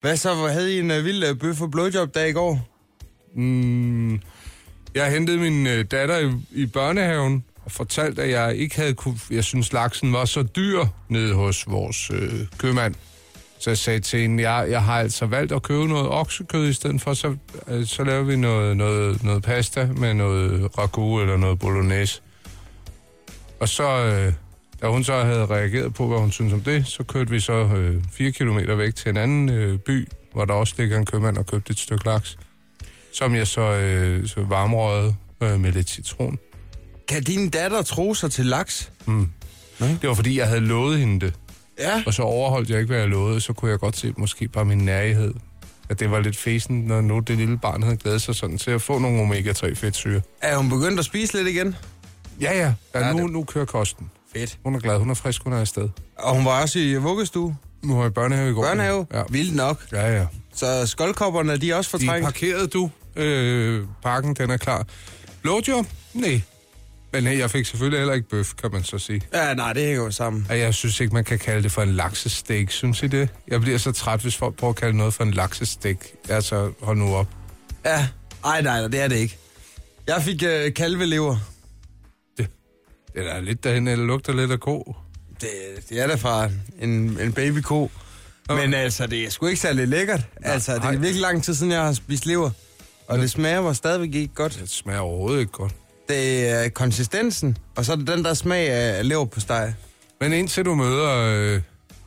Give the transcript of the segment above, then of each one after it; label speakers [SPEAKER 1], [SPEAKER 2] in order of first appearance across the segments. [SPEAKER 1] Hvad så? Havde I en uh, vild uh, bøf- og blowjob-dag i går?
[SPEAKER 2] Mm, jeg hentede min øh, datter i, i børnehaven og fortalte, at jeg ikke havde kunne... Jeg synes, laksen var så dyr nede hos vores øh, købmand. Så jeg sagde til hende, jeg, jeg har altså valgt at købe noget oksekød i stedet for, så, øh, så laver vi noget, noget, noget pasta med noget ragu eller noget bolognese. Og så, øh, da hun så havde reageret på, hvad hun synes om det, så kørte vi så øh, 4 kilometer væk til en anden øh, by, hvor der også ligger en købmand og købte et stykke laks, som jeg så, øh, så varmrøgede øh, med lidt citron.
[SPEAKER 1] Kan din datter tro sig til laks?
[SPEAKER 2] Det var fordi, jeg havde lovet hende det.
[SPEAKER 1] Ja.
[SPEAKER 2] Og så overholdt jeg ikke, hvad jeg lovede, så kunne jeg godt se måske bare min nærighed. At det var lidt fesen, når nu det lille barn havde glædet sig sådan til at få nogle omega-3 fedtsyre.
[SPEAKER 1] Er hun begyndt at spise lidt igen?
[SPEAKER 2] Ja, ja.
[SPEAKER 1] Ja,
[SPEAKER 2] ja nu,
[SPEAKER 1] det-
[SPEAKER 2] nu kører kosten.
[SPEAKER 1] Fedt.
[SPEAKER 2] Hun er glad, hun er frisk, hun er afsted.
[SPEAKER 1] Og hun var også i vuggestue,
[SPEAKER 2] Nu har jeg børnehave i går.
[SPEAKER 1] børnehave. Ja.
[SPEAKER 2] Ja.
[SPEAKER 1] Vildt nok.
[SPEAKER 2] Ja, ja.
[SPEAKER 1] Så skoldkopperne, de er også
[SPEAKER 2] De er
[SPEAKER 1] fortrængt.
[SPEAKER 2] parkeret, du. Øh, parken, den er klar. Blowjob? Nej. Men hey, jeg fik selvfølgelig heller ikke bøf, kan man så sige.
[SPEAKER 1] Ja, nej, det hænger jo sammen.
[SPEAKER 2] Og jeg synes ikke, man kan kalde det for en laksestik, synes I det? Jeg bliver så træt, hvis folk prøver at kalde noget for en laksestik. Altså, hold nu op.
[SPEAKER 1] Ja, ej nej, nej, det er det ikke. Jeg fik øh, kalvelever.
[SPEAKER 2] Det er da lidt derhen, eller lugter lidt af ko.
[SPEAKER 1] Det, det er da fra en, en babyko. Men altså, det er sgu ikke særlig lækkert. altså, det er
[SPEAKER 2] nej.
[SPEAKER 1] virkelig lang tid siden, jeg har spist lever. Og det smager var stadigvæk ikke godt.
[SPEAKER 2] Det smager overhovedet ikke godt.
[SPEAKER 1] Det er konsistensen, og så er det den der smag af lever på steg.
[SPEAKER 2] Men indtil du møder øh,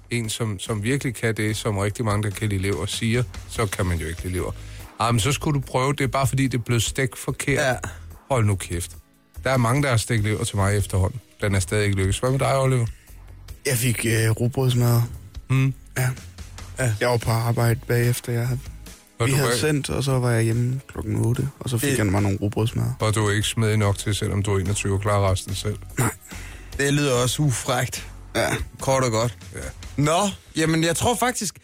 [SPEAKER 2] en, som, som virkelig kan det, som rigtig mange, der kan lide lever, siger, så kan man jo ikke lide lever. Ah, men så skulle du prøve det, bare fordi det blev stegt forkert.
[SPEAKER 1] Ja.
[SPEAKER 2] Hold nu kæft. Der er mange, der har stegt lever til mig efterhånden. Den er stadig ikke lykkes. Hvad med dig, Oliver?
[SPEAKER 3] Jeg fik øh, rugbrødsmad.
[SPEAKER 2] Mm.
[SPEAKER 3] Ja. ja. Jeg var på arbejde bagefter. Jeg havde,
[SPEAKER 2] Var
[SPEAKER 3] vi
[SPEAKER 2] du,
[SPEAKER 3] havde
[SPEAKER 2] var-
[SPEAKER 3] sendt, og så var jeg hjemme klokken 8, og så fik
[SPEAKER 1] Det-
[SPEAKER 3] det... jeg mig nogle rugbrødsmad.
[SPEAKER 2] var du ikke smed nok til, selvom du er 21 og klarer resten selv.
[SPEAKER 1] Det lyder også ufrægt.
[SPEAKER 3] Ja.
[SPEAKER 1] Kort og godt.
[SPEAKER 2] Ja.
[SPEAKER 1] Nå, jamen jeg tror faktisk,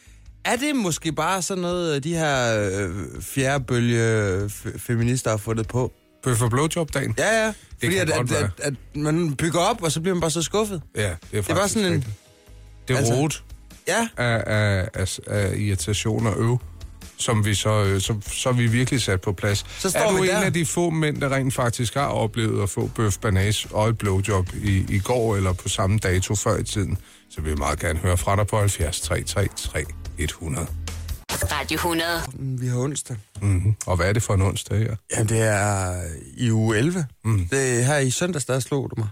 [SPEAKER 1] er det måske bare sådan noget, øh, de her øh, fjerdebølge f- feminister har fundet på?
[SPEAKER 2] Bøf og blowjob-dagen?
[SPEAKER 1] Ja, ja. Fordi
[SPEAKER 2] kan
[SPEAKER 1] at,
[SPEAKER 2] godt
[SPEAKER 1] at, at, at man bygger op, og så bliver man bare så skuffet.
[SPEAKER 2] Ja, det er faktisk
[SPEAKER 1] Det er bare sådan en...
[SPEAKER 2] rigtigt. Det er
[SPEAKER 1] altså-
[SPEAKER 2] altså... rodet.
[SPEAKER 1] Ja,
[SPEAKER 2] af, af, af, af irritation og øv, som vi så, øh, så, så er vi virkelig sat på plads.
[SPEAKER 1] Så står
[SPEAKER 2] er du
[SPEAKER 1] vi
[SPEAKER 2] en
[SPEAKER 1] der.
[SPEAKER 2] af de få mænd, der rent faktisk har oplevet at få bøf, banage og et blowjob i, i går eller på samme dato før i tiden, så vil jeg meget gerne høre fra dig på 70 333 100.
[SPEAKER 4] Radio 100.
[SPEAKER 1] vi har onsdag.
[SPEAKER 2] Mm-hmm. Og hvad er det for en onsdag her?
[SPEAKER 1] Ja, det er i uge 11. Mm. Det er her i søndags, der slog du mig.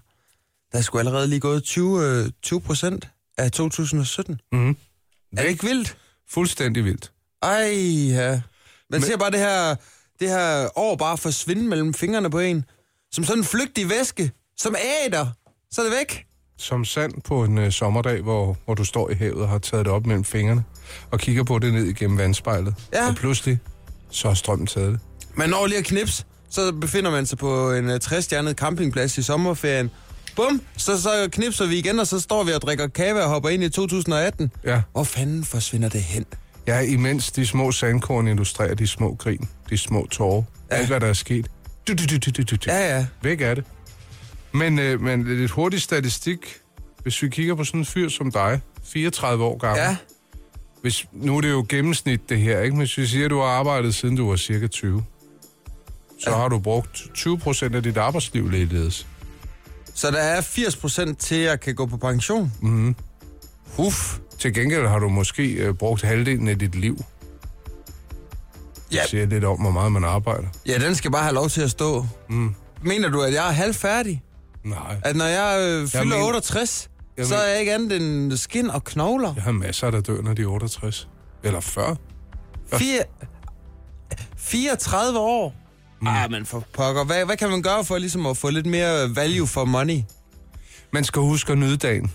[SPEAKER 1] Der skulle allerede lige gået 20, øh, 20 procent af 2017.
[SPEAKER 2] Mm-hmm.
[SPEAKER 1] Er det ikke vildt?
[SPEAKER 2] Fuldstændig vildt.
[SPEAKER 1] Ej, ja. Man Men... ser bare det her, det her år bare forsvinde mellem fingrene på en. Som sådan en flygtig væske. Som æder. Så er det væk.
[SPEAKER 2] Som sand på en øh, sommerdag, hvor, hvor du står i havet og har taget det op mellem fingrene, og kigger på det ned igennem vandspejlet,
[SPEAKER 1] Ja.
[SPEAKER 2] og pludselig, så har strømmen taget det.
[SPEAKER 1] Man når lige at knips, så befinder man sig på en øh, 60-stjernet campingplads i sommerferien. Bum, så, så knipser vi igen, og så står vi og drikker kava og hopper ind i 2018.
[SPEAKER 2] Ja.
[SPEAKER 1] Hvor fanden forsvinder det hen?
[SPEAKER 2] Ja, imens de små sandkorn illustrerer de små grin, de små tårer, ja. alt hvad der er sket. Du, du, du, du, du, du. Ja.
[SPEAKER 1] Ja, ja.
[SPEAKER 2] Væk er det. Men, øh, men lidt hurtig statistik, hvis vi kigger på sådan en fyr som dig, 34 år gammel.
[SPEAKER 1] Ja,
[SPEAKER 2] Hvis, nu er det jo gennemsnit det her, ikke? Men hvis vi siger, at du har arbejdet siden du var cirka 20, så ja. har du brugt 20 procent af dit arbejdsliv ligeledes.
[SPEAKER 1] så der er 80% til, at jeg kan gå på pension.
[SPEAKER 2] Uff. Til gengæld har du måske øh, brugt halvdelen af dit liv.
[SPEAKER 1] Ja.
[SPEAKER 2] Det siger lidt om, hvor meget man arbejder.
[SPEAKER 1] Ja, den skal bare have lov til at stå. Mm. Mener du, at jeg er halvfærdig?
[SPEAKER 2] Nej.
[SPEAKER 1] At når jeg øh, fylder
[SPEAKER 2] men-
[SPEAKER 1] 68,
[SPEAKER 2] Jeg
[SPEAKER 1] så er
[SPEAKER 2] men-
[SPEAKER 1] jeg ikke andet end skin og knogler?
[SPEAKER 2] Jeg har masser, der dør, når de er 68. Eller 40.
[SPEAKER 1] Fire, 34 år? Mm. Ah, men for pokker. Hvad, hvad kan man gøre for ligesom at få lidt mere value for money?
[SPEAKER 2] Man skal huske at nyde dagen.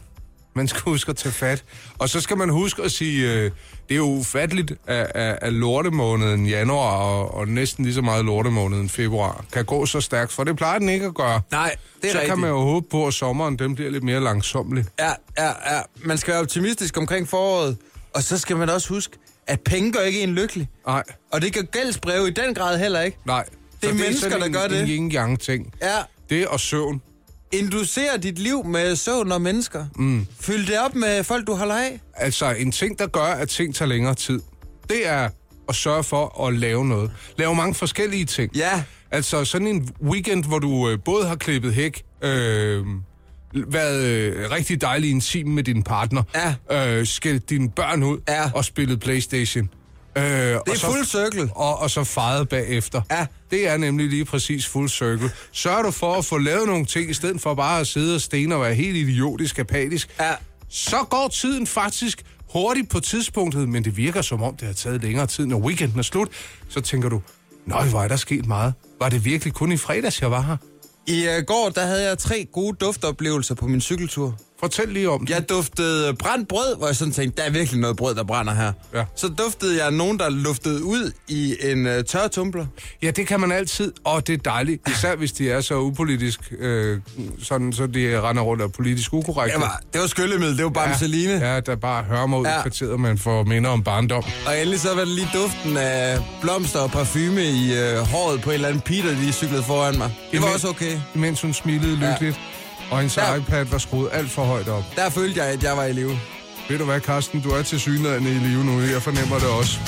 [SPEAKER 2] Man skal huske at tage fat. Og så skal man huske at sige, øh, det er jo ufatteligt, at, at, at lortemåneden januar og, og næsten lige så meget lortemåneden februar kan gå så stærkt, for det plejer den ikke at gøre.
[SPEAKER 1] Nej, det er
[SPEAKER 2] så
[SPEAKER 1] rigtigt.
[SPEAKER 2] kan man jo håbe på, at sommeren den bliver lidt mere langsomlig.
[SPEAKER 1] Ja, ja, ja. Man skal være optimistisk omkring foråret. Og så skal man også huske, at penge gør ikke en lykkelig.
[SPEAKER 2] Nej,
[SPEAKER 1] Og det gør gældsbreve i den grad heller ikke.
[SPEAKER 2] nej.
[SPEAKER 1] Det er mennesker,
[SPEAKER 2] sådan en,
[SPEAKER 1] der gør det.
[SPEAKER 2] en yin-yang ting.
[SPEAKER 1] Ja,
[SPEAKER 2] Det og søvn.
[SPEAKER 1] inducere dit liv med søvn og mennesker. Mm. Fyld det op med folk, du holder af.
[SPEAKER 2] Altså, en ting, der gør, at ting tager længere tid, det er at sørge for at lave noget. Lave mange forskellige ting.
[SPEAKER 1] Ja.
[SPEAKER 2] Altså sådan en weekend, hvor du øh, både har klippet hæk, øh, været øh, rigtig dejlig intim med din partner, ja. øh, skældt dine børn ud
[SPEAKER 1] Ja.
[SPEAKER 2] og spillet Playstation. Øh, det
[SPEAKER 1] Det er full circle.
[SPEAKER 2] og, og så fejret bagefter.
[SPEAKER 1] Ja.
[SPEAKER 2] Det er nemlig lige præcis full circle. Sørg du for at få lavet nogle ting, i stedet for bare at sidde og stene og være helt idiotisk apatisk.
[SPEAKER 1] Ja.
[SPEAKER 2] Så går tiden faktisk hurtigt på tidspunktet, men det virker som om, det har taget længere tid, når weekenden er slut. Så tænker du, nøj, hvor er der sket meget. Var det virkelig kun i fredags, jeg var her?
[SPEAKER 1] I øh, går, der havde jeg tre gode duftoplevelser på min cykeltur.
[SPEAKER 2] Fortæl lige om det.
[SPEAKER 1] Jeg duftede brændt brød, hvor jeg sådan tænkte, der er virkelig noget brød, der brænder her.
[SPEAKER 2] Ja.
[SPEAKER 1] Så duftede jeg nogen, der luftede ud i en øh, tørretumbler.
[SPEAKER 2] Ja, det kan man altid, og det er dejligt. Især hvis de er så upolitisk, øh, sådan, så de render rundt og er politisk ukorrekte.
[SPEAKER 1] Det var, det var skyllemiddel, det var bamseline. Ja.
[SPEAKER 2] Ja, der bare hører mig ud ja.
[SPEAKER 1] Ja.
[SPEAKER 2] i kvarteret, man får minder om barndom.
[SPEAKER 1] Og endelig så var det lige duften af blomster og parfume i øh, håret på en eller anden pige, der lige cyklede foran mig. Det var
[SPEAKER 2] Imens-
[SPEAKER 1] også okay.
[SPEAKER 2] Imens hun smilede
[SPEAKER 1] Ja.
[SPEAKER 2] lykkeligt, og hendes
[SPEAKER 1] Ja.
[SPEAKER 2] ja. iPad var skruet alt for højt op.
[SPEAKER 1] Der følte jeg, at jeg var i live.
[SPEAKER 2] Ved du hvad, Carsten, du er til synligheden i live nu, jeg fornemmer det også.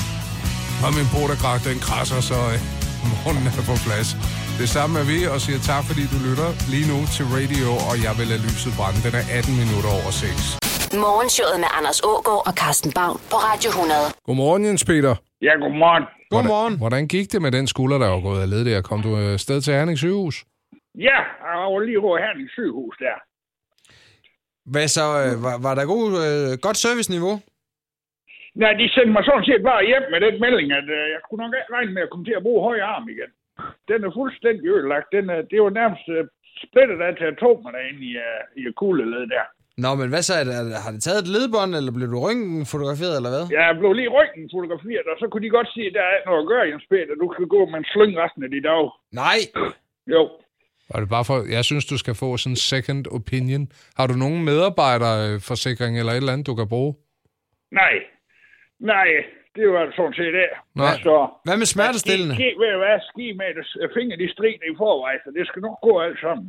[SPEAKER 2] Og min porterkrak, den krasser, så øh, morgenen er på plads. Det samme er vi, og siger tak, fordi du lytter lige nu til radio, og jeg vil lade lyset brænde. Den er 18 minutter over 6.
[SPEAKER 4] Morgenshowet med Anders Ågaard og Carsten Baum på Radio 100.
[SPEAKER 2] Godmorgen, Jens Peter.
[SPEAKER 5] Ja, godmorgen.
[SPEAKER 1] Godmorgen.
[SPEAKER 2] Hvordan gik det med den skulder, der var gået af led der? Kom du øh, sted til Herning sygehus?
[SPEAKER 5] Ja, jeg var lige over her i sygehus der.
[SPEAKER 1] Hvad så? Øh, var, var der god, øh, godt serviceniveau?
[SPEAKER 5] Nej, de sendte mig sådan set bare hjem med den melding, at øh, jeg kunne nok ikke regne med at komme til at bruge højre arm igen. Den er fuldstændig ødelagt. Den er, det var nærmest øh, splittet af til atomer derinde i, øh, i kugleledet der.
[SPEAKER 1] Nå, men hvad så? Er det, er det- har det taget et ledbånd, eller blev du røntgen fotograferet, eller hvad?
[SPEAKER 5] Jeg blev lige ryggen fotograferet, og så kunne de godt sige, at der er ikke noget at gøre, Jens Peter. Du skal gå med en slyng resten af dit dag.
[SPEAKER 1] Nej.
[SPEAKER 5] Jo.
[SPEAKER 2] Og det er bare for, jeg synes, du skal få sådan en second opinion. Har du nogen medarbejderforsikring eller et eller andet, du kan bruge?
[SPEAKER 5] Nej. Nej, det var sådan set det.
[SPEAKER 2] Nej.
[SPEAKER 5] Så,
[SPEAKER 1] Hvad med smertestillende?
[SPEAKER 5] Ski, ved du hvad? Ski med det. øh, Fingre de strider i forvejen, så det skal nok gå alt sammen.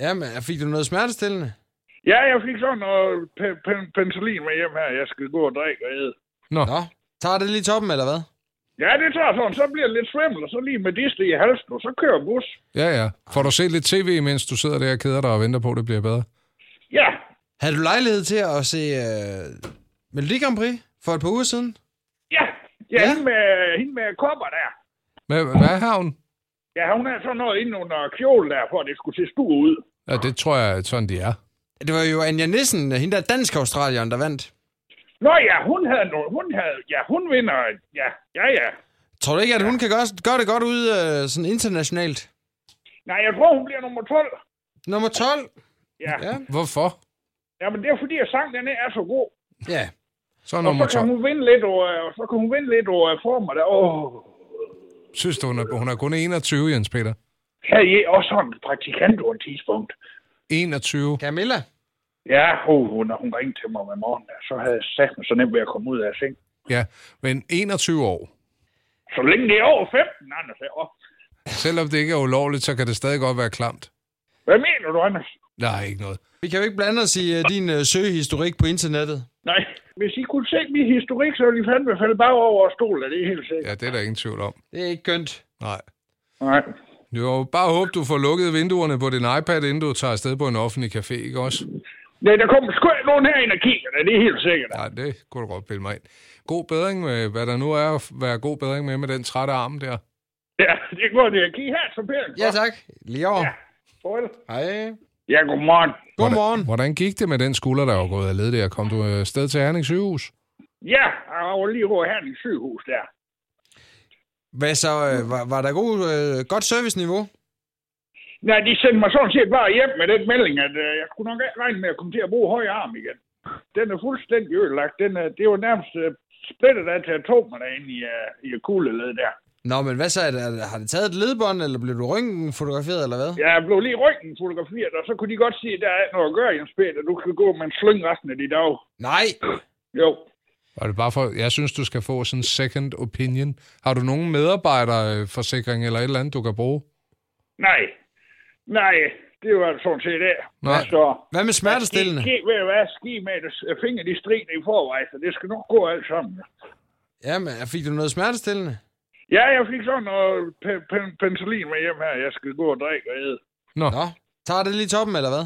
[SPEAKER 1] Jamen, fik du noget smertestillende?
[SPEAKER 5] Ja, jeg fik sådan noget pe- pe- penicillin med hjem her. Jeg skal gå og drikke og æde.
[SPEAKER 2] Nå.
[SPEAKER 1] Nå, tager det lige toppen, eller hvad?
[SPEAKER 5] Ja, det tager sådan. Så bliver det lidt svimmel, og så lige med diste i halsen, og så kører bus.
[SPEAKER 2] Ja, ja. Får du set lidt tv, mens du sidder der og keder dig og venter på, at det bliver bedre?
[SPEAKER 5] Ja,
[SPEAKER 1] Havde du lejlighed til at se øh, Melodi Grand Prix for et par uger siden?
[SPEAKER 5] ja. Ja,
[SPEAKER 1] Ja.
[SPEAKER 5] ja. Hende, med, hende med kopper der.
[SPEAKER 2] Hvad, hvad har hun?
[SPEAKER 5] Ja, hun har sådan noget inde under kjole der, for at det skulle se stor ud.
[SPEAKER 2] Ja, det tror jeg, at sådan de er.
[SPEAKER 1] Det var jo Anja Nissen, hende der dansk-australieren, der vandt.
[SPEAKER 5] Nå ja, hun havde noget. Hun havde, ja, hun vinder. Ja, ja, ja.
[SPEAKER 1] Tror du ikke, at hun kan gøre, gøre det godt ud øh, sådan internationalt?
[SPEAKER 5] Nej, jeg tror, hun bliver nummer 12.
[SPEAKER 1] Nummer 12?
[SPEAKER 5] Ja.
[SPEAKER 1] Ja.
[SPEAKER 5] ja.
[SPEAKER 2] Hvorfor?
[SPEAKER 5] Jamen, det er fordi, at sangen den er så god.
[SPEAKER 1] Ja.
[SPEAKER 2] Så er
[SPEAKER 5] Og
[SPEAKER 2] nummer
[SPEAKER 5] så kan
[SPEAKER 2] 12.
[SPEAKER 5] hun vinde lidt over, og så kan hun vinde lidt over former der. Åh,
[SPEAKER 2] Synes du, hun er, hun er kun 21, Jens Peter?
[SPEAKER 5] havde I også sådan en praktikant på et tidspunkt?
[SPEAKER 2] 21.
[SPEAKER 1] Camilla?
[SPEAKER 5] Ja, oh, hun, når hun ringte til mig om morgenen, der, så havde jeg sagt mig så nemt ved at komme ud af seng.
[SPEAKER 2] Ja, men 21 år.
[SPEAKER 5] Så længe det er over 15, Anders. sagde jeg. Åh,
[SPEAKER 2] Selvom det ikke er ulovligt, så kan det stadig godt være klamt.
[SPEAKER 5] Hvad mener du, Anders?
[SPEAKER 2] Nej, ikke noget.
[SPEAKER 1] Vi kan jo ikke blande os i øh, din øh, søgehistorik på internettet.
[SPEAKER 5] Nej, hvis I kunne se min historik, så ville I fandme falde bare over stolen, det er helt sikkert.
[SPEAKER 2] Ja, det er der ingen tvivl om.
[SPEAKER 1] Det er ikke kønt.
[SPEAKER 2] Nej.
[SPEAKER 5] Nej.
[SPEAKER 2] Jo, bare håb, du får lukket vinduerne på din iPad, inden du tager afsted på en offentlig café, ikke også?
[SPEAKER 5] Nej, der kommer sgu ikke nogen herind og kigger, det er helt sikkert.
[SPEAKER 2] Nej, det kunne du godt pille mig ind. God bedring med, hvad der nu er at være god bedring med, med den trætte arm der.
[SPEAKER 5] Ja, det går det. Kig her, så pænt.
[SPEAKER 1] Ja, tak. Lige over. Ja.
[SPEAKER 5] Farvel.
[SPEAKER 1] Hej.
[SPEAKER 5] Ja, godmorgen.
[SPEAKER 1] Godmorgen.
[SPEAKER 2] Hvordan gik det med den skulder, der var gået af led der? Kom du øh, sted til Herning sygehus?
[SPEAKER 5] Ja, jeg var lige over her i sygehus der.
[SPEAKER 1] Hvad så? Øh, var, var der god, øh, godt serviceniveau?
[SPEAKER 5] Nej, de sendte mig sådan set bare hjem med den melding, at øh, jeg kunne nok ikke regne med at komme til at bruge højre arm igen. Den er fuldstændig ødelagt. Den er, det var nærmest øh, splittet af til atomer derinde i, øh, i kugleledet der.
[SPEAKER 1] Nå, men hvad så? Er det, er det- har det taget et ledbånd, eller blev du røntgen fotograferet, eller hvad?
[SPEAKER 5] Jeg blev lige ryggen fotograferet, og så kunne de godt sige, at der er ikke noget at gøre, Jens Peter. Du skal gå med en slyng resten af dit dag.
[SPEAKER 1] Nej.
[SPEAKER 5] Jo.
[SPEAKER 2] Og det er bare for, jeg synes, du skal få sådan en second opinion. Har du nogen medarbejderforsikring eller et eller andet, du kan bruge?
[SPEAKER 5] Nej. Nej, det var sådan set det.
[SPEAKER 2] Nej.
[SPEAKER 5] Så,
[SPEAKER 1] Hvad med smertestillende?
[SPEAKER 5] øh, Ski, ski, ved du hvad? Ski med det. Fingre de strider i forvejen, så det skal nok gå alt sammen.
[SPEAKER 1] Jamen, fik du noget smertestillende?
[SPEAKER 5] Ja, jeg fik sådan noget pe- pe- penicillin med hjem her, jeg skal gå og drikke og æde.
[SPEAKER 2] Nå.
[SPEAKER 1] Nå, tager det lige toppen, eller hvad?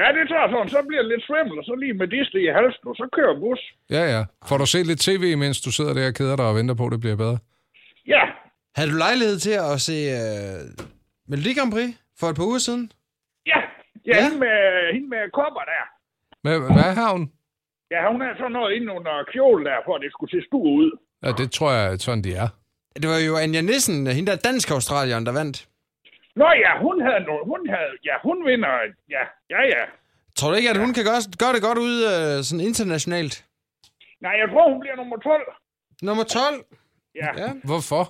[SPEAKER 5] Ja, det tager sådan. Så bliver det lidt svimmel, og så lige med diste i halsen, og så kører bus.
[SPEAKER 2] Ja, ja. Får du set lidt tv, mens du sidder der og keder dig og venter på, at det bliver bedre?
[SPEAKER 5] Ja,
[SPEAKER 1] Havde du lejlighed til at se øh, Melodi Grand Prix for et par uger siden?
[SPEAKER 5] ja. Ja,
[SPEAKER 1] Ja.
[SPEAKER 5] ja. Hende, med, hende med kopper der.
[SPEAKER 2] Hvad, hvad har hun?
[SPEAKER 5] Ja, hun er sådan noget inde under kjole der, for at det skulle se skur ud.
[SPEAKER 2] Ja, det tror jeg, at sådan de er.
[SPEAKER 1] Det var jo Anja Nissen, hende der dansk-australieren, der vandt.
[SPEAKER 5] Nå ja, hun havde noget. Hun havde, ja, hun vinder. Ja, ja, ja.
[SPEAKER 1] Tror du ikke, at hun kan gøre, gøre det godt ud øh, sådan internationalt?
[SPEAKER 5] Nej, jeg tror, hun bliver nummer 12.
[SPEAKER 1] Nummer 12?
[SPEAKER 5] Ja.
[SPEAKER 1] Ja.
[SPEAKER 5] ja.
[SPEAKER 2] Hvorfor?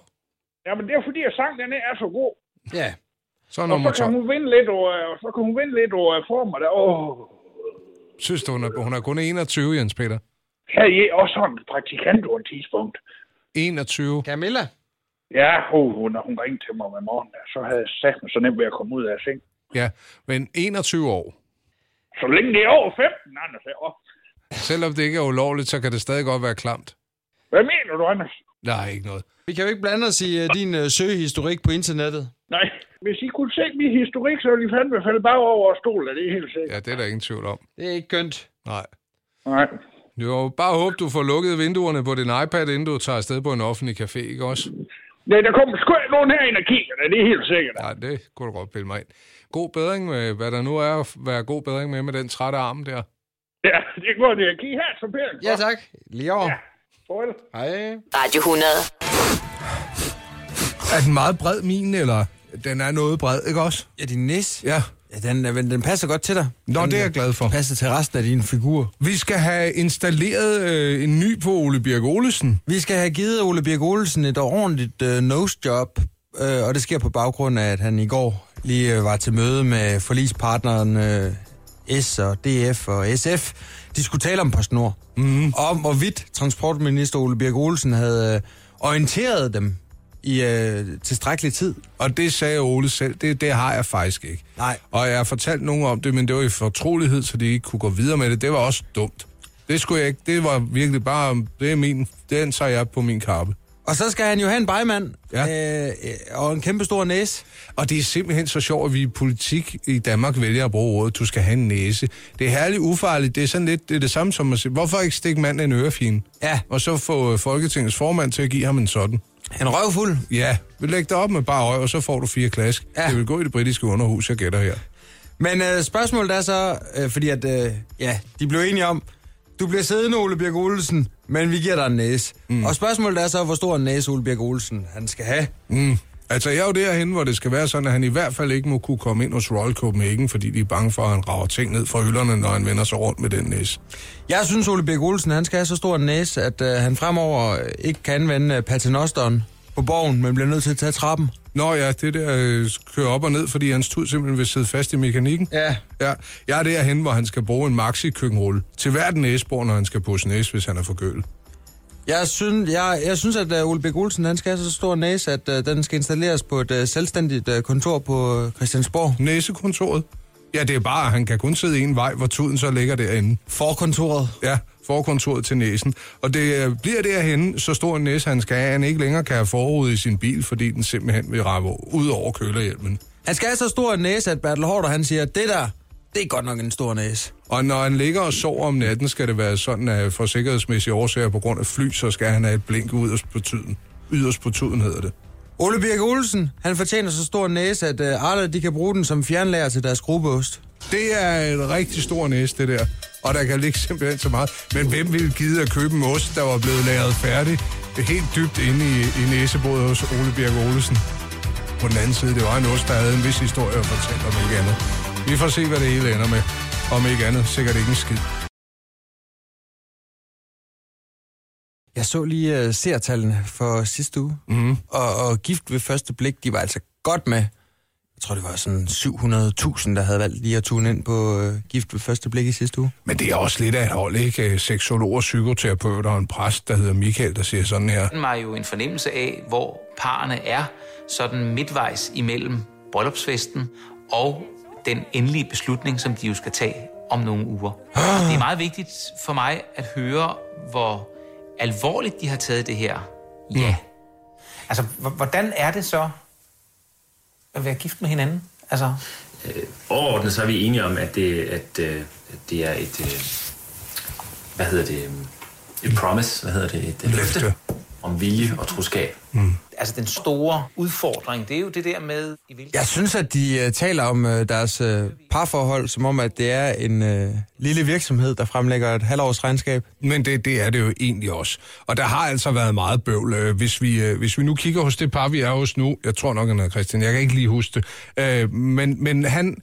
[SPEAKER 5] Jamen, det er fordi, at sangen den er så god.
[SPEAKER 1] Ja.
[SPEAKER 2] Så er
[SPEAKER 5] Og
[SPEAKER 2] nummer
[SPEAKER 5] så kan
[SPEAKER 2] 12.
[SPEAKER 5] hun vinde lidt, og, og så kan hun vinde lidt og former der. Åh,
[SPEAKER 2] Synes du, hun er, hun er kun 21, Jens Peter?
[SPEAKER 5] her er også en praktikant på et tidspunkt.
[SPEAKER 2] 21.
[SPEAKER 1] Camilla?
[SPEAKER 5] Ja, oh, hun, hun ringte til mig om morgenen, så havde jeg sagt mig så nemt ved at komme ud af seng.
[SPEAKER 2] Ja, men 21 år.
[SPEAKER 5] Så længe det er over 15, Anders. sagde jeg. Åh,
[SPEAKER 2] Selvom det ikke er ulovligt, så kan det stadig godt være klamt.
[SPEAKER 5] Hvad mener du, Anders?
[SPEAKER 2] Nej, ikke noget.
[SPEAKER 1] Vi kan jo ikke blande os i øh, din øh, søgehistorik på internettet.
[SPEAKER 5] Nej, hvis I kunne se min historik, så ville I fandme falde bare over stolen, det er helt sikkert.
[SPEAKER 2] Ja, det er der ingen tvivl om.
[SPEAKER 1] Det er ikke kønt.
[SPEAKER 2] Nej.
[SPEAKER 5] Nej.
[SPEAKER 2] Du må bare håbe, du får lukket vinduerne på din iPad, inden du tager afsted på en offentlig café, ikke også?
[SPEAKER 5] Nej, der kommer sgu ikke nogen herind og kigger, det er helt sikkert.
[SPEAKER 2] Ja, det kunne du godt bilde mig ind. God bedring med, hvad der nu er at være god bedring med, med den trætte arm der.
[SPEAKER 5] Ja, det er godt, det er. Kig her, så Per.
[SPEAKER 1] Ja, tak. Lige over. Ja.
[SPEAKER 5] Farvel.
[SPEAKER 1] Hej.
[SPEAKER 4] Radio 100.
[SPEAKER 2] Er den meget bred min, eller? Den er noget bred, ikke også?
[SPEAKER 1] Ja, din næs.
[SPEAKER 2] Ja.
[SPEAKER 1] Ja, den, øh, den passer godt til dig.
[SPEAKER 2] Nå,
[SPEAKER 1] den,
[SPEAKER 2] det er jeg
[SPEAKER 1] øh,
[SPEAKER 2] glad for.
[SPEAKER 1] Passer til resten af din figur.
[SPEAKER 2] Vi skal have installeret øh, en ny på Ole Birk Olesen.
[SPEAKER 1] Vi skal have givet Ole Birk Olsen et ordentligt øh, nosejob, øh, og det sker på baggrund af, at han i går lige øh, var til møde med forlispartneren øh, S og DF og SF. De skulle tale om PostNord. Mm. Om hvorvidt transportminister Ole Birk Olsen havde øh, orienteret dem i øh, tilstrækkelig tid.
[SPEAKER 2] Og det sagde Ole selv, det, det har jeg faktisk ikke.
[SPEAKER 1] Nej.
[SPEAKER 2] Og jeg har fortalt nogen om det, men det var i fortrolighed, så de ikke kunne gå videre med det. Det var også dumt. Det skulle jeg ikke. Det var virkelig bare, det er min, den tager jeg på min kappe.
[SPEAKER 1] Og så skal han jo have en bejmand
[SPEAKER 2] Ja.
[SPEAKER 1] øh, øh, og en kæmpe stor næse.
[SPEAKER 2] Og det er simpelthen så sjovt, at vi i politik i Danmark vælger at bruge ordet, du skal have en næse. Det er herligt ufarligt. Det er sådan lidt det, er det samme som at sige, hvorfor ikke stikke manden en ørefine?
[SPEAKER 1] Ja.
[SPEAKER 2] Og så få øh, Folketingets formand til at give ham en sådan.
[SPEAKER 1] En røvfuld.
[SPEAKER 2] Ja, vi lægger dig op med bare øje, og så får du fire klask.
[SPEAKER 1] Ja.
[SPEAKER 2] Ja. Det vil gå i det britiske underhus, jeg gætter her.
[SPEAKER 1] Men øh, spørgsmålet er så, øh, fordi at, øh, ja, de blev enige om, du bliver siddende, Ole Birk Olsen, men vi giver dig en næse. Mm. Og spørgsmålet er så, hvor stor en næse Ole Birk Olsen han skal have.
[SPEAKER 2] Mm. Altså, jeg er jo derhen, hvor det skal være sådan, at han i hvert fald ikke må kunne komme ind hos Royal Copenhagen, fordi de er bange for, at han rager ting ned fra hylderne, når han vender sig rundt med den næse.
[SPEAKER 1] Jeg synes, Ole Birk Olsen, han skal have så stor en næse, at øh, han fremover øh, ikke kan anvende øh, paternosteren på borgen, men bliver nødt til at tage trappen.
[SPEAKER 2] Nå ja, det der øh, kører op og ned, fordi hans tud simpelthen vil sidde fast i mekanikken.
[SPEAKER 1] Ja.
[SPEAKER 2] ja. Jeg er derhen, hvor han skal bruge en maxi køkkenrulle til hvert næsebord, når han skal pusse næse, hvis han er forkølet.
[SPEAKER 1] Jeg synes, jeg, jeg synes at øh, Ole Birk Olsen, han skal have så stor en næse, at øh, den skal installeres på et øh, selvstændigt øh, kontor på øh, Christiansborg.
[SPEAKER 2] Næsekontoret? Ja, det er bare, at han kan kun sidde en vej, hvor tuden så ligger derinde.
[SPEAKER 1] Forkontoret.
[SPEAKER 2] Ja, forkontoret til næsen. Og det øh, bliver derhen så stor en næse, han skal have, at han ikke længere kan have forud i sin bil, fordi den simpelthen vil ramme ud over kølerhjelmen.
[SPEAKER 1] Han skal have så stor en næse, at Bertel Hårder, han siger, det der, det er godt nok en stor næse.
[SPEAKER 2] Og når han ligger og sover om natten, skal det være sådan, at for sikkerhedsmæssige årsager på grund af fly, så skal han have et blink yderst på tuden. Yderst på tuden hedder det.
[SPEAKER 1] Ole Birk Olsen, han fortjener så stor en næse, at øh, Arla, de kan bruge den som fjernlager til deres grubeost.
[SPEAKER 2] Det er en rigtig stor næse, det der. Og der kan ligge simpelthen så meget. Men hvem ville gide at købe en ost, der var blevet lavet færdig helt dybt inde i, i næsebordet hos Ole Birk Olesen? På den anden side, det var en ost, der havde en vis historie at fortælle om ikke andet. Vi får se, hvad det hele ender med. Om ikke andet, sikkert ikke en skid.
[SPEAKER 1] Jeg så lige øh, seertallene for sidste uge, mm. og, og gift ved første blik, de var altså godt med. Jeg tror, det var sådan 700.000, der havde valgt lige at tune ind på øh, gift ved første blik i sidste uge.
[SPEAKER 2] Men det er også lidt af et hold, ikke? Seksologer, psykoterapeuter og en præst, der hedder Michael, der siger sådan her.
[SPEAKER 6] Den var jo en fornemmelse af, hvor parerne er sådan midtvejs imellem bryllupsfesten og den endelige beslutning, som de jo skal tage om nogle uger. Og det er meget vigtigt for mig at høre, hvor alvorligt de har taget det her? Ja. Altså, h- hvordan er det så at være gift med hinanden? Altså,
[SPEAKER 7] Øh, Overordnet så er vi enige om, at det, at, øh, at det er et... øh, Hvad hedder det? øh, Et promise. Hvad hedder det? Et øh, løfte. Om vilje og troskab.
[SPEAKER 6] altså den store udfordring, det er jo det der med... I hvilken...
[SPEAKER 1] Jeg synes, at de øh, taler om øh, deres øh, parforhold, som om, at det er en øh, lille virksomhed, der fremlægger et halvårsregnskab.
[SPEAKER 2] Men det, det er det jo egentlig også. Og der har altså været meget bøvl. Øh, Hvis vi, øh, hvis vi nu kigger hos det par, vi er hos nu, jeg tror nok, han hedder Christian, jeg kan ikke lige huske det, øh, men, men han,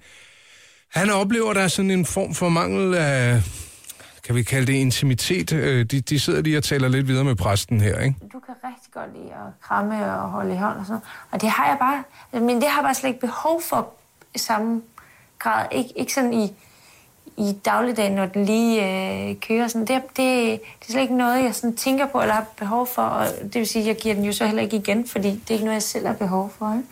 [SPEAKER 2] han oplever, der er sådan en form for mangel af, kan vi kalde det intimitet. Øh, De, de sidder lige og taler lidt videre med præsten her, ikke?
[SPEAKER 8] du kan rigtig godt lide at kramme og holde i hånd og sådan noget. Og det har jeg bare, men det har jeg bare slet ikke behov for i samme grad. Ikke, ikke sådan i, i dagligdagen, når den lige øh, kører. Sådan. Det, det, det er slet ikke noget, jeg sådan tænker på eller har behov for. Og det vil sige, at jeg giver den jo så heller ikke igen, fordi det er ikke noget, jeg selv har behov for. Ikke?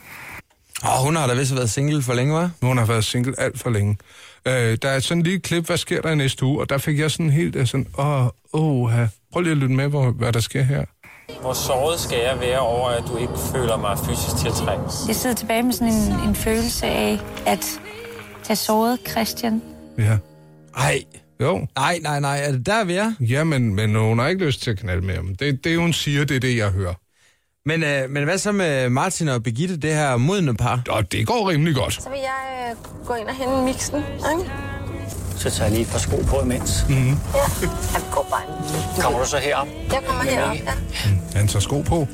[SPEAKER 1] Og hun har da vist været single for længe, hva'?
[SPEAKER 2] Hun har været single alt for længe. Øh, der er sådan lige et klip, hvad sker der i næste uge? Og der fik jeg sådan helt øh, sådan, åh, åh, prøv lige at lytte med, hvor, hvad der sker her.
[SPEAKER 9] Hvor såret skal jeg være over, at du ikke føler mig fysisk tiltrængt?
[SPEAKER 8] Jeg sidder tilbage med sådan en, en følelse af, at jeg sårede Christian.
[SPEAKER 2] Ja.
[SPEAKER 1] Ej,
[SPEAKER 2] Jo,
[SPEAKER 1] nej, nej, nej, er det der, vi er?
[SPEAKER 2] Ja, men, men hun har ikke lyst til at knalde med ham. Det, det hun siger, det er det, jeg hører.
[SPEAKER 1] Men, øh, men hvad så med Martin og Birgitte, det her modne par?
[SPEAKER 2] Og det går rimelig godt.
[SPEAKER 10] Så vil jeg øh, gå ind og hente mixen, ikke?
[SPEAKER 9] Så tager jeg lige et par sko på imens.
[SPEAKER 10] Ja. Jeg går bare ind.
[SPEAKER 9] Kommer du så herop?
[SPEAKER 10] Jeg kommer herop, ja.
[SPEAKER 2] Han tager sko på.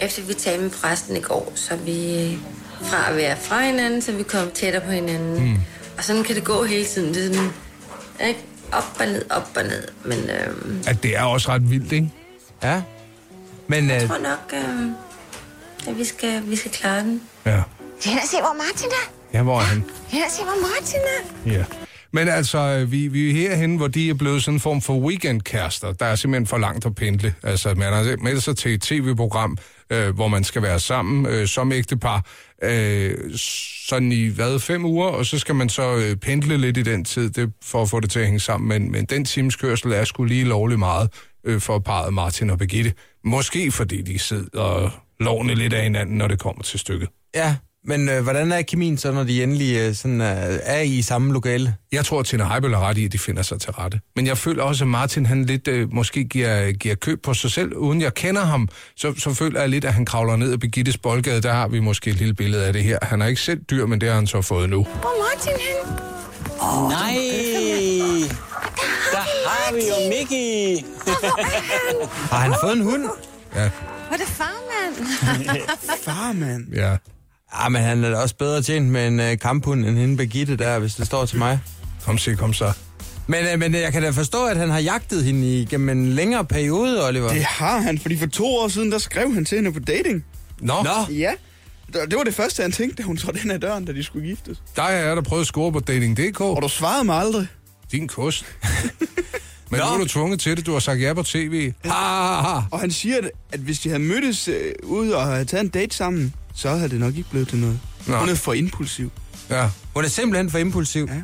[SPEAKER 10] Efter vi talte med præsten i går, så er vi øh, fra at være fra hinanden, så er vi kom tættere på hinanden. Mm. Og sådan kan det gå hele tiden. Det er sådan, ikke? Op og ned, op og ned. Men øh,
[SPEAKER 2] At det er også ret vildt, ikke?
[SPEAKER 1] Ja. Men
[SPEAKER 10] jeg
[SPEAKER 1] øh,
[SPEAKER 10] tror nok, øh, at vi skal, vi skal klare den.
[SPEAKER 2] Ja.
[SPEAKER 10] Kan jeg se, hvor Martin er?
[SPEAKER 2] Ja, hvor er han?
[SPEAKER 10] Kan jeg se, hvor Martin er?
[SPEAKER 2] Ja. Men altså, øh, vi, vi er herhen, hvor de er blevet sådan en form for weekendkærester. Der er simpelthen for langt at pendle. Altså, man har meldt sig til et tv-program, øh, hvor man skal være sammen øh, som ægtepar. Øh, sådan i, hvad, fem uger, og så skal man så øh, pendle lidt i den tid, det, for at få det til at hænge sammen. Men, men den timeskørsel er sgu lige lovlig meget øh, for parret Martin og Birgitte. Måske fordi de sidder lovende lidt af hinanden, når det kommer til stykket.
[SPEAKER 1] ja, men øh, hvordan er kemien så, når de endelig øh, sådan, øh, er i samme lokale?
[SPEAKER 2] Jeg tror, at Tina Heibel har ret i, at de finder sig til rette. Men jeg føler også, at Martin han lidt øh, måske giver, giver køb på sig selv. Uden jeg kender ham, så, så føler jeg lidt, at han kravler ned ad Birgittes boldgade. Der har vi måske et lille billede af det her. Han er ikke selv dyr, men det har han så fået nu.
[SPEAKER 10] Hvor er Martin hen?
[SPEAKER 9] Nej! Der har vi jo Mickey!
[SPEAKER 1] Har han fået en hund?
[SPEAKER 10] Hvor er det farmand?
[SPEAKER 3] Far, mand.
[SPEAKER 2] Ja.
[SPEAKER 1] Ja, men han er da også bedre tjent med en øh, kamphund end hende Birgitte der, hvis det står til mig.
[SPEAKER 2] Kom se, kom så.
[SPEAKER 1] Men, øh, men jeg kan da forstå, at han har jagtet hende igennem en længere periode, Oliver.
[SPEAKER 3] Det har han, fordi for to år siden, der skrev han til hende på dating.
[SPEAKER 2] Nå, Nå.
[SPEAKER 1] Nå,
[SPEAKER 3] Ja. Det det var det første, han tænkte, da hun trådte ind ad døren, da de skulle giftes.
[SPEAKER 2] der er jeg, der prøvede at score på
[SPEAKER 3] Og
[SPEAKER 2] dating.dk.
[SPEAKER 3] du svarede mig aldrig.
[SPEAKER 2] Din kost. men
[SPEAKER 1] Nå.
[SPEAKER 2] nu er du tvunget til det. Du har sagt ja på tv. Ha, ha, ha.
[SPEAKER 3] Og han siger, at- at hvis de havde mødtes øh, ude og havde taget en date sammen, så havde det nok ikke blevet til noget.
[SPEAKER 2] Nå.
[SPEAKER 3] Hun er for impulsiv.
[SPEAKER 2] Ja.
[SPEAKER 1] hun er simpelthen for impulsiv.
[SPEAKER 3] Ja.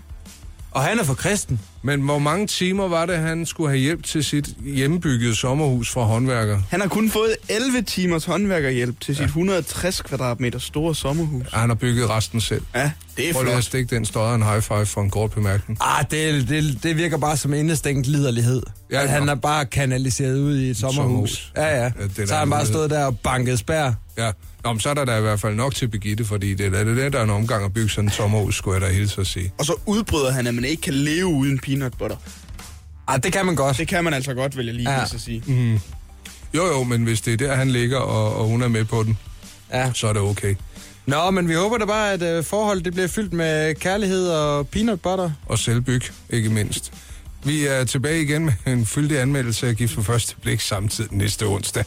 [SPEAKER 1] Og han er for kristen.
[SPEAKER 2] Men hvor mange timer var det, han skulle have hjælp til sit hjemmebyggede sommerhus fra håndværker?
[SPEAKER 3] Han har kun fået 11 timers håndværkerhjælp til sit 160 kvadratmeter store sommerhus.
[SPEAKER 2] Ja, han har bygget resten selv.
[SPEAKER 3] Ja, det er
[SPEAKER 2] Prøv lige at
[SPEAKER 3] flot.
[SPEAKER 2] stikke den støder en high five for en kort bemærkning.
[SPEAKER 1] Ah, det, det, det virker bare som indestængt liderlighed.
[SPEAKER 2] Ja,
[SPEAKER 1] Ja, at han
[SPEAKER 2] nå.
[SPEAKER 1] er bare kanaliseret ud i et sommerhus.
[SPEAKER 2] sommerhus.
[SPEAKER 1] Ja, ja.
[SPEAKER 2] Ja, det er
[SPEAKER 1] Så
[SPEAKER 2] da
[SPEAKER 1] har han
[SPEAKER 2] en
[SPEAKER 1] bare
[SPEAKER 2] mulighed.
[SPEAKER 1] stået der og banket spær.
[SPEAKER 2] Ja, Nå, men så er der da i hvert fald nok til Birgitte, fordi det er da det, der, der er en omgang at bygge sådan en sommerhus, skulle jeg da hilse at sige.
[SPEAKER 3] Og så udbryder han, at man ikke kan leve uden peanut butter.
[SPEAKER 1] Ah, det kan man godt.
[SPEAKER 3] Det kan man altså godt, vil jeg lige
[SPEAKER 1] Ja.
[SPEAKER 3] ja. sige.
[SPEAKER 2] Jo, jo, men hvis det er der, han ligger, og, og hun er med på den,
[SPEAKER 1] Ja.
[SPEAKER 2] så er det okay.
[SPEAKER 1] Nå, men vi håber da bare, at øh, forholdet det bliver fyldt med kærlighed og peanut butter.
[SPEAKER 2] Og selvbyg, ikke mindst. Vi er tilbage igen med en fyldig anmeldelse af Gift for Første Blik samtidig næste onsdag.